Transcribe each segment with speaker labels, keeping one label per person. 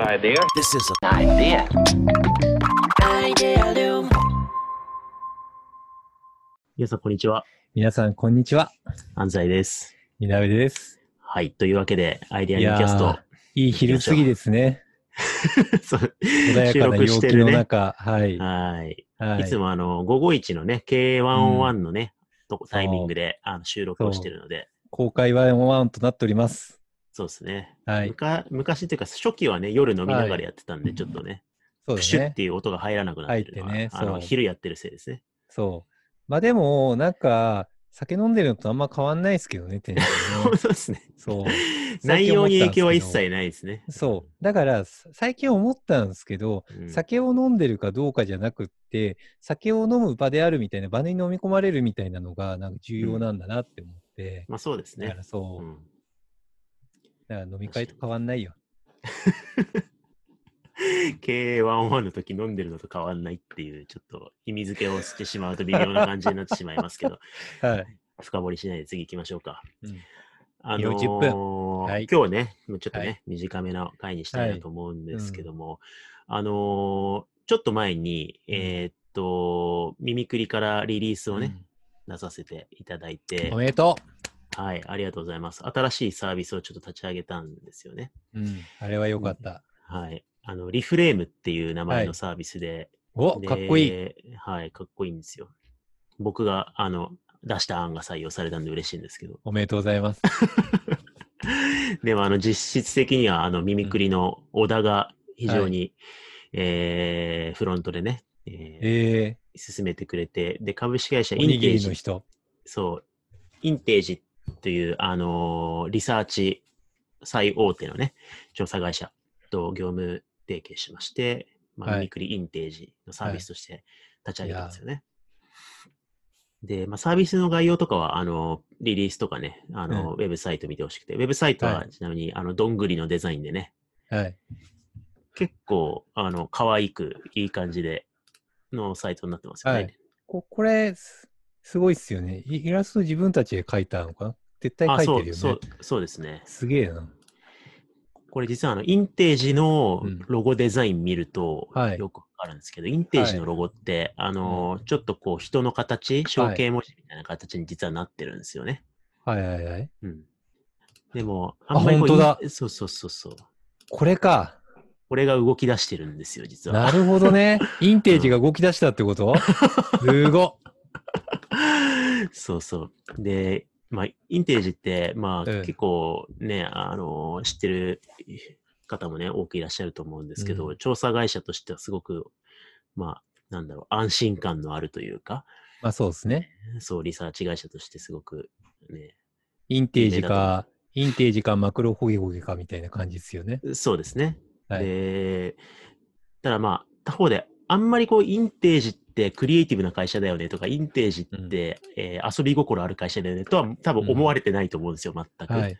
Speaker 1: idea.
Speaker 2: This is
Speaker 1: Idea.
Speaker 2: a 皆さん、こんにちは。
Speaker 3: 皆さん、こんにちは。
Speaker 2: 安西です。
Speaker 3: みなべです。
Speaker 2: はい。というわけで、アイデアニューキャス
Speaker 3: いやいい昼過ぎですね。
Speaker 2: ト。 そう
Speaker 3: 穏や
Speaker 2: 収
Speaker 3: かな
Speaker 2: 録
Speaker 3: 陽
Speaker 2: して
Speaker 3: 気
Speaker 2: る
Speaker 3: の
Speaker 2: ね。
Speaker 3: 中。はい。
Speaker 2: はい。
Speaker 3: はい
Speaker 2: つ
Speaker 3: も。
Speaker 2: もあの、551のね、K101 のね、とこタイミングであの収録を
Speaker 3: そう
Speaker 2: してるので、
Speaker 3: 公開ワンワンとなっております。
Speaker 2: そうですね。
Speaker 3: はい
Speaker 2: む。か昔っていうか、初期はね、夜飲みながらやってたんで、ちょっとね、
Speaker 3: そう
Speaker 2: プ
Speaker 3: で
Speaker 2: シ
Speaker 3: す
Speaker 2: ュっ
Speaker 3: ね
Speaker 2: て。いう音が入らなくなってるのは、
Speaker 3: 入ってね
Speaker 2: あの
Speaker 3: そう
Speaker 2: 昼やってるせいですね。
Speaker 3: そう。まあでも、なんか、酒飲んでるのとあんま変わんないですけどね、テンション
Speaker 2: そうで
Speaker 3: ね。
Speaker 2: すね。
Speaker 3: そう。
Speaker 2: 内容に影響は一
Speaker 3: 最
Speaker 2: 切ないですね。
Speaker 3: そう。だから、さ最近思ったんですけど、
Speaker 2: うん
Speaker 3: 酒を飲んでるかどうかじゃなくって、酒を飲む場であるみたいな、場に飲み込まれるみたいなのが、なんか重要なんだなって思って、
Speaker 2: まあそうです
Speaker 3: だか
Speaker 2: ね
Speaker 3: ら。そうう、
Speaker 2: ん
Speaker 3: だから飲み会と変わんないよ。
Speaker 2: K101 の時飲んでるのと変わんないっていう、ちょっと意味付けをしてしまうと微妙な感じになってしまいますけ ど、
Speaker 3: はい。
Speaker 2: 深掘りしないで次行きましょうか。
Speaker 3: うん
Speaker 2: あのー
Speaker 3: 40分はい
Speaker 2: 今日ね、もうちょっとね、
Speaker 3: はい
Speaker 2: 短めの回にしたいなと思うんですけども、あのーちょっと前に、
Speaker 3: うん
Speaker 2: えーっと、耳くりからリリースをね、出させていただいて
Speaker 3: お、めでと
Speaker 2: はい、ありがとうございます。新しいサービスをちょっと立ち上げたんですよね。
Speaker 3: う、うん、あれは良かった。
Speaker 2: はい。あの、リフレームっていう名前
Speaker 3: は
Speaker 2: の
Speaker 3: い
Speaker 2: サービスで、
Speaker 3: お
Speaker 2: で
Speaker 3: かっこいい。
Speaker 2: はい、かっこいいんですよ。僕が、あの、出した案が採用されたんで嬉しいんですけど。
Speaker 3: おめでとうございます。
Speaker 2: でも、あの、実質的には、あの、耳くりの小田が非常に、えーフロントでね、えー
Speaker 3: え
Speaker 2: 進めてくれて、で、株式会社
Speaker 3: ー、
Speaker 2: イ
Speaker 3: おに
Speaker 2: ン
Speaker 3: ぎ
Speaker 2: テー
Speaker 3: りの
Speaker 2: ジ、
Speaker 3: 人。
Speaker 2: そう、インテージという、あのーリサーチ最大手のね、調査会社と業務提携しまして、まあ、
Speaker 3: はい
Speaker 2: 耳くりインテージのサービスとして立ち上げたんですよね。で、まあ、サービスの概要とかは、あの、リリースとかね、あの、ウェブサイト見てほしくて、ウェブサイトは
Speaker 3: は
Speaker 2: ちなみに、あの、どんぐりのデザインでね、
Speaker 3: はい。
Speaker 2: 結構、あの、可愛く、いい感じで、のサイトになってますよね。
Speaker 3: はいここれす、すごいっすよね。イイラスト自分たちで描いたのかな絶対
Speaker 2: あ、
Speaker 3: 描
Speaker 2: そ
Speaker 3: いて
Speaker 2: う、
Speaker 3: る
Speaker 2: そ
Speaker 3: よね
Speaker 2: う。、そうですね。
Speaker 3: すげえな。
Speaker 2: これ実はあの、インテージの
Speaker 3: うん
Speaker 2: ロゴデザイン見ると
Speaker 3: はい
Speaker 2: よくわかるんですけど、インテージのロゴって、あのー、ちょっとこう人の形、象形文字みたいな形に実はなってるんですよね。
Speaker 3: はいはいはい。
Speaker 2: うん。でも、
Speaker 3: あ
Speaker 2: こう
Speaker 3: 本当だ
Speaker 2: インそうそうそうそう。
Speaker 3: これか。
Speaker 2: これが動き出してるんですよ、実は。
Speaker 3: なるほ どね。インテージが動き出したってことすごっ。
Speaker 2: そうそう。で、まあ、インテージって、まあ、
Speaker 3: うん
Speaker 2: 結構ね、あのー、知ってる方もね、多くいらっしゃると思うんですけど、
Speaker 3: うん
Speaker 2: 調査会社としてはすごく、まあ、なんだろう、安心感のあるというか、
Speaker 3: まあそうですね。
Speaker 2: そう、リサーチ会社としてすごく、ね、
Speaker 3: インテージか、インテージかマクロホゲホゲかみたいな感じですよね。
Speaker 2: そうですね。
Speaker 3: はい。
Speaker 2: で、ただまあ、他方で、あんまりこう、インテージってクリエイティブな会社だよねとか、インテージって、えー遊び心ある会社だよねとは多分思われてないと思うんですよ、全く。
Speaker 3: はい、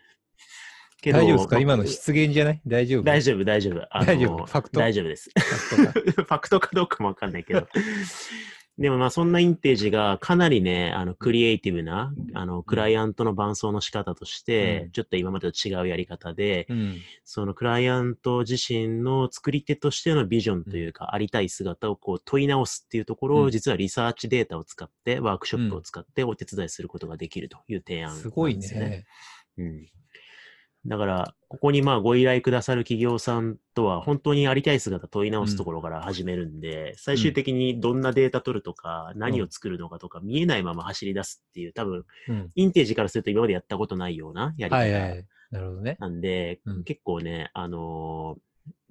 Speaker 2: けど
Speaker 3: 大丈夫ですか
Speaker 2: まあ
Speaker 3: 今の失言じゃない大丈夫
Speaker 2: 大丈夫、大丈夫。あの
Speaker 3: 大丈夫ファクト
Speaker 2: 大丈夫です。
Speaker 3: 夫。あそっ か
Speaker 2: ファクトかどうかもわかんないけど。 でもまあそんなインテージがかなりね、あのクリエイティブな、あのクライアントの伴奏の仕方として、
Speaker 3: うん
Speaker 2: ちょっと今までと違うやり方で、
Speaker 3: うん。
Speaker 2: そのクライアント自身の作り手としてのビジョンというか、ありたい姿をこう問い直すっていうところ
Speaker 3: う
Speaker 2: を、
Speaker 3: ん
Speaker 2: 実はリサーチデータを使って、ワークショップを使ってお手伝いすることができるという提案なんですよ
Speaker 3: ごいね。
Speaker 2: うんだから、ここにまあご依頼くださる企業さんとは、本当にありたい姿問い直すところから始めるんで、最終的にどんなデータ取るとか、何を作るのかとか、見えないまま走り出すっていう、多分、
Speaker 3: うん。
Speaker 2: インテージからすると今までやったことないようなやり
Speaker 3: はいは
Speaker 2: 方
Speaker 3: い。なるほどね。
Speaker 2: なんで、
Speaker 3: うん
Speaker 2: 結構ね、あのー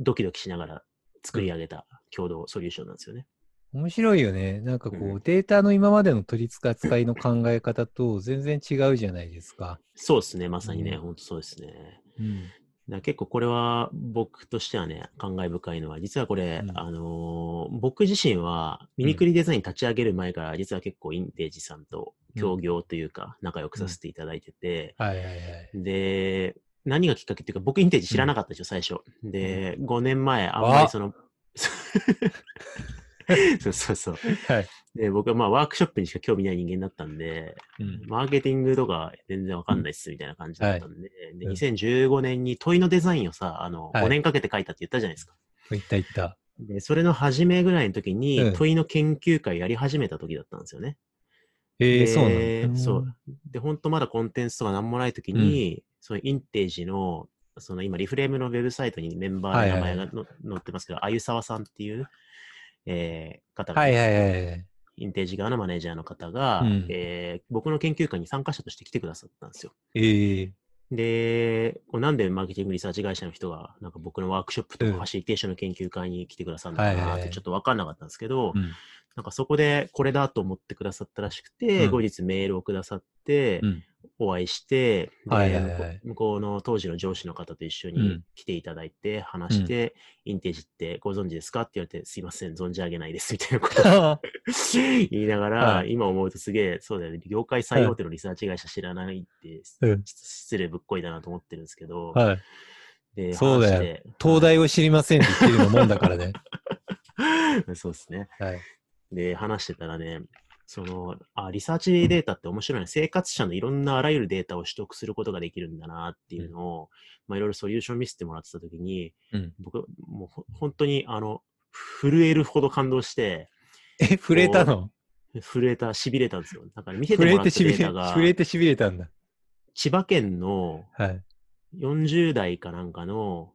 Speaker 2: ドキドキしながら作り上げた共同ソリューションなんですよね。
Speaker 3: 面白いよね。なんかこう、
Speaker 2: うん
Speaker 3: データの今までの取り扱いの考え方と全然違うじゃないですか。
Speaker 2: そうですね、まさにね、
Speaker 3: うん
Speaker 2: 本当そうですね。
Speaker 3: うん。
Speaker 2: だから結構これは僕としてはね、感慨深いのは、実はこれ、
Speaker 3: うん
Speaker 2: あのー僕自身はミニクリデザイン立ち上げる前から、実は結構インテージさんと協業というか、仲良くさせていただいてて、
Speaker 3: はいはいはい。
Speaker 2: で、何がきっかけっていうか、僕インテージ知らなかったでしょ、最初。で、5年前、あんまりその、そうそうそう。
Speaker 3: はい。
Speaker 2: で、僕はまあワークショップにしか興味ない人間だったんで、
Speaker 3: うん
Speaker 2: マーケティングとか全然わかんないっすみたいな感じだったんで、で
Speaker 3: うん
Speaker 2: 2015年に問いのデザインをさ、あの、
Speaker 3: はい
Speaker 2: 5年かけて書いたって言ったじゃないですか。
Speaker 3: いったいった。
Speaker 2: で、それの初めぐらいの時に、
Speaker 3: うん
Speaker 2: 問いの研究会やり始めた時だったんですよね。
Speaker 3: えー、
Speaker 2: で
Speaker 3: そうなんだ。
Speaker 2: そう。で、本当まだコンテンツとかなんもない時に、そのインテージの、その今、リフレームのウェブサイトにメンバーの名前がの、載ってますけど、あゆさわさんっていう、えー方が、
Speaker 3: はいはいはいはい。
Speaker 2: インテージ側のマネージャーの方が、
Speaker 3: うん
Speaker 2: えー僕の研究会に参加者として来てくださったんですよ。
Speaker 3: えー、
Speaker 2: で、こうなんでマーケティングリサーチ会社の人が、なんか僕のワークショップとかファシリテーションの研究会に来てくださるのか
Speaker 3: はい
Speaker 2: な
Speaker 3: は
Speaker 2: っ
Speaker 3: いは
Speaker 2: て
Speaker 3: い
Speaker 2: ちょっと分かんなかったんですけど、
Speaker 3: うん
Speaker 2: なんかそこでこれだと思ってくださったらしくて、
Speaker 3: うん
Speaker 2: 後日メールをくださって、
Speaker 3: うん
Speaker 2: お会いして、で
Speaker 3: はいはいはい
Speaker 2: 向こうの当時の上司の方と一緒
Speaker 3: う
Speaker 2: に
Speaker 3: ん
Speaker 2: 来ていただいて、話して、インテージってご存知ですかって言われて、すいません、存じ上げないですみたいなことを 言いながら、
Speaker 3: は
Speaker 2: 今思うとすげえ、そうだよね、業界最大手のリサーチ会社知らないって、
Speaker 3: うん
Speaker 2: し失礼ぶっこいだなと思ってるんですけど、
Speaker 3: はい。
Speaker 2: で
Speaker 3: そうだ
Speaker 2: 話
Speaker 3: よ。
Speaker 2: して
Speaker 3: 東大を知りませんって言ってるようなもんだからね。
Speaker 2: そうですね。
Speaker 3: はい。
Speaker 2: で、話してたらね、そのあリサーチデータって面白いね。生活者のいろんなあらゆるデータを取得することができるんだなっていうのを、まあ、いろいろソリューション見せてもらってたときに、
Speaker 3: うん
Speaker 2: 僕、もうほ本当にあの震えるほど感動して、
Speaker 3: え、触れたの
Speaker 2: 震えた、痺れたんですよ。だから見せて
Speaker 3: 触
Speaker 2: も
Speaker 3: れ
Speaker 2: らってた
Speaker 3: し
Speaker 2: デ
Speaker 3: び
Speaker 2: ータ
Speaker 3: れ、
Speaker 2: が
Speaker 3: 触、れてしびれたんだ。
Speaker 2: 千葉県の
Speaker 3: はい。
Speaker 2: 40代かなんかの、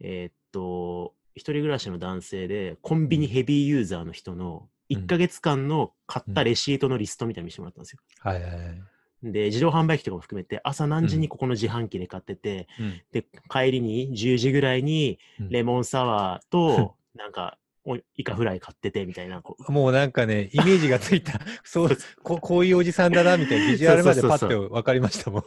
Speaker 2: えーっと、一人暮らしの男性で、コンビニヘビーユーザーの人の、
Speaker 3: うん
Speaker 2: 1ヶ月間の買ったレシートのリストみたいに見せてもらったんですよ。
Speaker 3: はいはいはい。
Speaker 2: で、自動販売機とかも含めて、朝何時にここの自販機で買ってて、
Speaker 3: うん
Speaker 2: で、帰りに10時ぐらいに
Speaker 3: うん
Speaker 2: レモンサワーと、 なんか、おイカフライ買ってて、みたいな。こう
Speaker 3: もうなんかね、イメージがついた。 そう、ここういうおじさんだな、みたいなビジュアルまでパッ
Speaker 2: そうそう
Speaker 3: と分かりましたもん。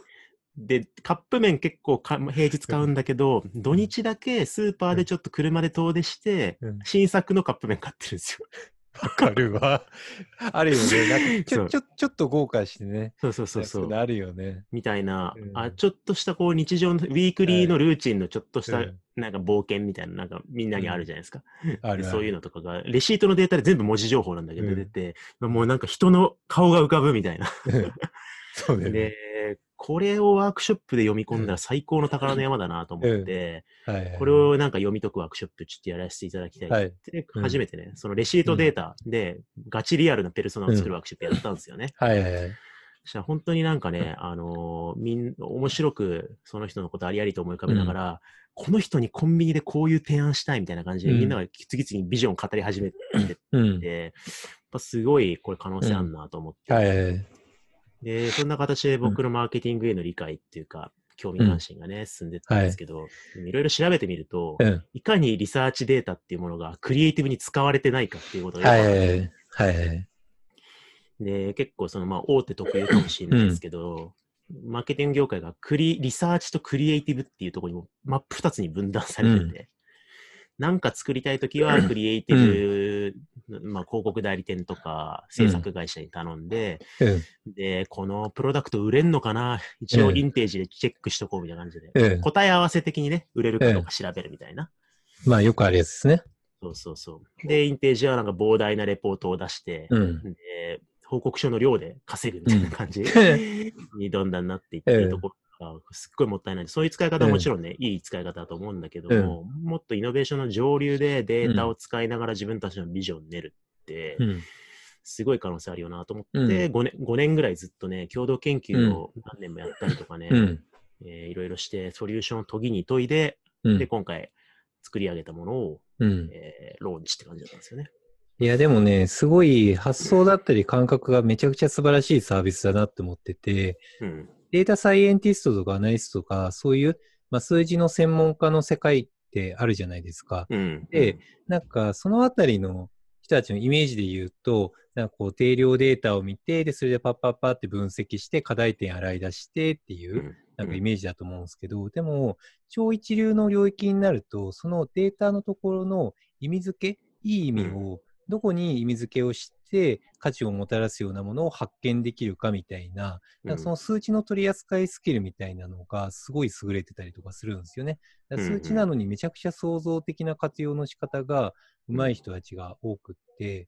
Speaker 2: で、カップ麺結構か平日買うんだけど、土日だけスーパーでちょっと車で遠出して、
Speaker 3: うん
Speaker 2: 新作のカップ麺買ってるんですよ。
Speaker 3: わかるわ。あるよね。なんか ち
Speaker 2: そ
Speaker 3: ょ、
Speaker 2: う
Speaker 3: ちょ、ちょっと豪華してね。
Speaker 2: そうそうそうそう。
Speaker 3: なるよね。
Speaker 2: みたいな、
Speaker 3: うん
Speaker 2: あちょっとしたこう日常の、ウィークリーのルーチンのちょっとした
Speaker 3: うん
Speaker 2: なんか冒険みたいな、なんかみんなにあるじゃないですか。
Speaker 3: ある
Speaker 2: で
Speaker 3: ある。
Speaker 2: そういうのとかが、レシートのデータで全部文字情報なんだけど
Speaker 3: うん
Speaker 2: 出て、もうなんか人の顔が浮かぶみたいな。
Speaker 3: うんそうだよね。
Speaker 2: で、これをワークショップで読み込んだら最高の宝の山だなと思って、
Speaker 3: はいはいはい
Speaker 2: これをなんか読み解くワークショップちょっとやらせていただきたい。
Speaker 3: はい。
Speaker 2: で
Speaker 3: うん
Speaker 2: 初めてね、そのレシートデータでガチリアルなペルソナを作るワークショップやったんですよね。
Speaker 3: はいはいはい。
Speaker 2: そしたら本当になんかね、あのーみん、面白くその人のことありありと思い浮かべながら、この人にコンビニでこういう提案したいみたいな感じで、
Speaker 3: うん
Speaker 2: みんなが次々にビジョンを語り始めてって、
Speaker 3: うん。
Speaker 2: やっぱすごいこれ可能性あるなと思って、
Speaker 3: はいはいはい。
Speaker 2: で、そんな形で僕のマーケティングへの理解っていうか、興味関心がね、進んでったんですけど、でもいろいろ調べてみると、
Speaker 3: うん。
Speaker 2: いかにリサーチデータっていうものがクリエイティブに使われてないかっていうことがよ
Speaker 3: は
Speaker 2: く
Speaker 3: い
Speaker 2: わか
Speaker 3: は
Speaker 2: る
Speaker 3: いはい。はいはい。
Speaker 2: で、結構そのまあ大手特有かもしれないですけど、マーケティング業界がクリ、リサーチとクリエイティブっていうところにも真っ二つに分断されてて、なんか作りたいときはクリエイティブ、まあ広告代理店とか制作会社に頼んで、
Speaker 3: うん。
Speaker 2: で、このプロダクト売れんのかな一応
Speaker 3: うん
Speaker 2: インテージでチェックしとこうみたいな感じで。
Speaker 3: うん。
Speaker 2: 答え合わせ的にね、売れるかどうか調べるみたいな。
Speaker 3: まあよくあるやつですね。
Speaker 2: そうそうそう。で、インテージはなんか膨大なレポートを出して、
Speaker 3: うん。
Speaker 2: で報告書の量で稼ぐみたいな感じ にどんどんなっていって
Speaker 3: ええ
Speaker 2: るところがすっごいもったいない。そういう使い方はもちろんね、いい使い方だと思うんだけども、もっとイノベーションの上流でデータを使いながら自分たちのビジョンを練るって、
Speaker 3: うん。
Speaker 2: すごい可能性あるよなと思って、
Speaker 3: うん
Speaker 2: 5, 年5年ぐらいずっとね、共同研究を何年もやったりとかね、
Speaker 3: うん。
Speaker 2: えーいろいろしてソリューションを研ぎに研いで、
Speaker 3: うん
Speaker 2: で、今回作り上げたものを、
Speaker 3: うん。
Speaker 2: えーローンチって感じだったんですよね。
Speaker 3: いや、でもね、すごい発想だったり感覚がめちゃくちゃ素晴らしいサービスだなって思ってて、
Speaker 2: うん。
Speaker 3: データサイエンティストとかアナリストとか、そういう、まあ、数字の専門家の世界ってあるじゃないですか。
Speaker 2: うん。
Speaker 3: でなんか、そのあたりの人たちのイメージで言うと、なんかこう、定量データを見て、で、それでパッパッパって分析して、課題点洗い出してっていうう、
Speaker 2: ん、
Speaker 3: なんか
Speaker 2: う
Speaker 3: イ
Speaker 2: ん
Speaker 3: メージだと思うんですけど、でも、超一流の領域になると、そのデータのところの意味付け、いい意味を、どこに意味付けをして、価値をもたらすようなものを発見できるかみたいな、なんかその数値の取り扱いスキルみたいなのがすごい優れてたりとかするんですよね。だから
Speaker 2: うんう
Speaker 3: 数
Speaker 2: ん
Speaker 3: 値なのにめちゃくちゃ創造的な活用の仕方が上手い人たちが多くって、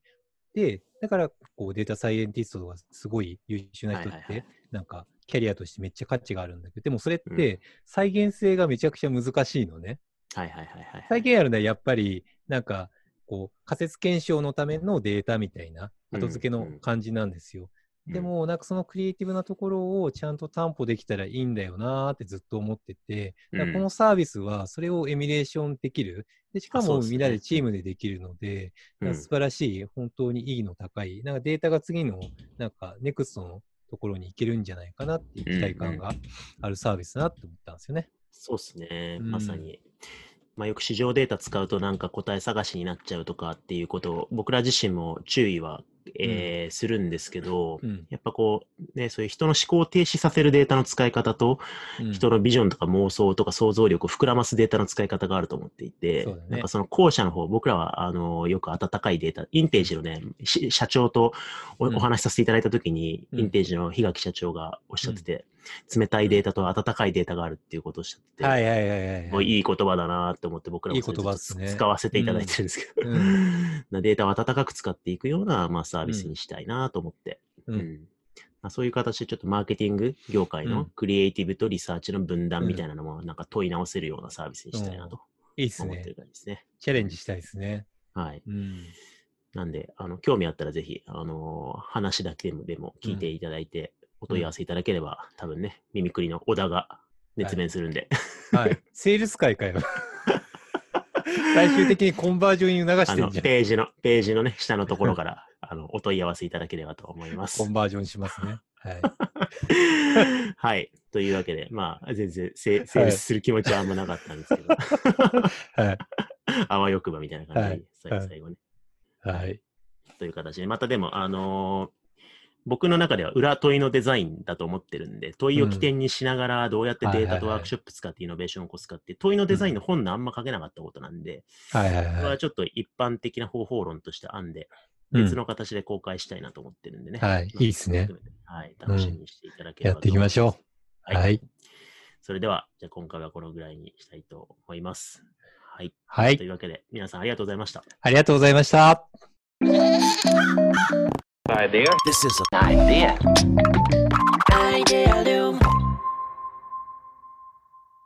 Speaker 3: で、だからこうデータサイエンティストとかすごい優秀な人
Speaker 2: はい
Speaker 3: っ
Speaker 2: はいは
Speaker 3: て
Speaker 2: い、
Speaker 3: なんかキャリアとしてめっちゃ価値があるんだけど、でもそれって再現性がめちゃくちゃ難しいのね。
Speaker 2: はいはいはいはい。
Speaker 3: 再現やるのはやっぱりなんかこう仮説検証のためのデータみたいな後付けの感じなんですよ。
Speaker 2: うん
Speaker 3: で、もなんかそのクリエイティブなところをちゃんと担保できたらいいんだよなーってずっと思ってて、だからこのサービスはそれをエミュレーションできる。でしか
Speaker 2: あそう
Speaker 3: も
Speaker 2: ですね
Speaker 3: みんなでチームでできるので、
Speaker 2: うん
Speaker 3: なんか素晴らしい、本当に意義の高い、なんかデータが次のなんかネクストのところに行けるんじゃないかなっていう期待感があるサービスだなって思ったんですよね。
Speaker 2: そうですね、
Speaker 3: うん
Speaker 2: まさに。まあ、よく市場データ使うとなんか答え探しになっちゃうとかっていうことを僕ら自身も注意は、えーするんですけど、
Speaker 3: うん。
Speaker 2: やっぱこう、ね、そういう人の思考を停止させるデータの使い方と、
Speaker 3: うん
Speaker 2: 人のビジョンとか妄想とか想像力を膨らますデータの使い方があると思っていて、
Speaker 3: そうだね
Speaker 2: なんかその後者の方、僕らはあのよく温かいデータ、インテージのね、し社長とお,、
Speaker 3: うん
Speaker 2: 話しさせていただいたときに、
Speaker 3: うん
Speaker 2: インテージの檜垣社長がおっしゃってて、冷たいデータと温かいデータがあるっていうことをおっしゃってて、
Speaker 3: はいはいはいはい
Speaker 2: も
Speaker 3: は
Speaker 2: う
Speaker 3: い。
Speaker 2: いい言葉だなって思って僕らもそれ
Speaker 3: いい言葉っすね
Speaker 2: ずっと使わせていただいてるんですけど、
Speaker 3: うんう
Speaker 2: なデータを温かく使っていくような、まあ、サービスにしたいなと思って、
Speaker 3: うん
Speaker 2: まあ、そういう形でちょっとマーケティング業界
Speaker 3: うん
Speaker 2: のクリエイティブとリサーチの分断みたいなのもなんか問い直せるようなサービスにしたいなと
Speaker 3: いいっす
Speaker 2: 思って
Speaker 3: ね
Speaker 2: る。感じですね。
Speaker 3: チャレンジしたいですね。
Speaker 2: はい。
Speaker 3: うん。
Speaker 2: なんで、あの、興味あったらぜひ、あのー話だけでもでも聞いていただいて、お問い合わせいただければ、多分ね、耳くりの小田が熱弁するんで、
Speaker 3: はい。セールス会かよ。 最終的にコンバージョンに促
Speaker 2: あ
Speaker 3: して
Speaker 2: の、
Speaker 3: んじゃん。
Speaker 2: ページの、ページのね、下のところから、あの、お問い合わせいただければと思います
Speaker 3: コ。ンバージョンしますね。はい。
Speaker 2: はい。というわけで、まあ、全然セ、セールスする気持ちはあんまなかったんですけど、
Speaker 3: はい。
Speaker 2: あわよくばみたいな感じで、最
Speaker 3: はい
Speaker 2: 最後ね、
Speaker 3: はい。
Speaker 2: という形で、またでも、あのー僕の中では裏問いのデザインだと思ってるんで、問いを起点にしながら、どうやってデータとワークショップ使ってイノベーションを起こすかって、問いのデザインの本のあんま書けなかったことなんで、
Speaker 3: はいはい
Speaker 2: これ
Speaker 3: は。
Speaker 2: はいちょっと一般的な方法論として案で、
Speaker 3: うん
Speaker 2: 別の形で公開したいなと思ってるんでね。
Speaker 3: はい
Speaker 2: まあ
Speaker 3: いいっすね。
Speaker 2: そういうことではい。楽しみにしていただけれ
Speaker 3: や
Speaker 2: ば、
Speaker 3: っていきましょう。
Speaker 2: は。
Speaker 3: はいい。
Speaker 2: それでは、じゃあ今回はこのぐらいにしたいと思います。はい。
Speaker 3: は
Speaker 2: と
Speaker 3: い。
Speaker 2: いうわけで、皆さんありがとうございました。
Speaker 3: ありがとうございました。
Speaker 1: Idea. This is an idea. Idealium.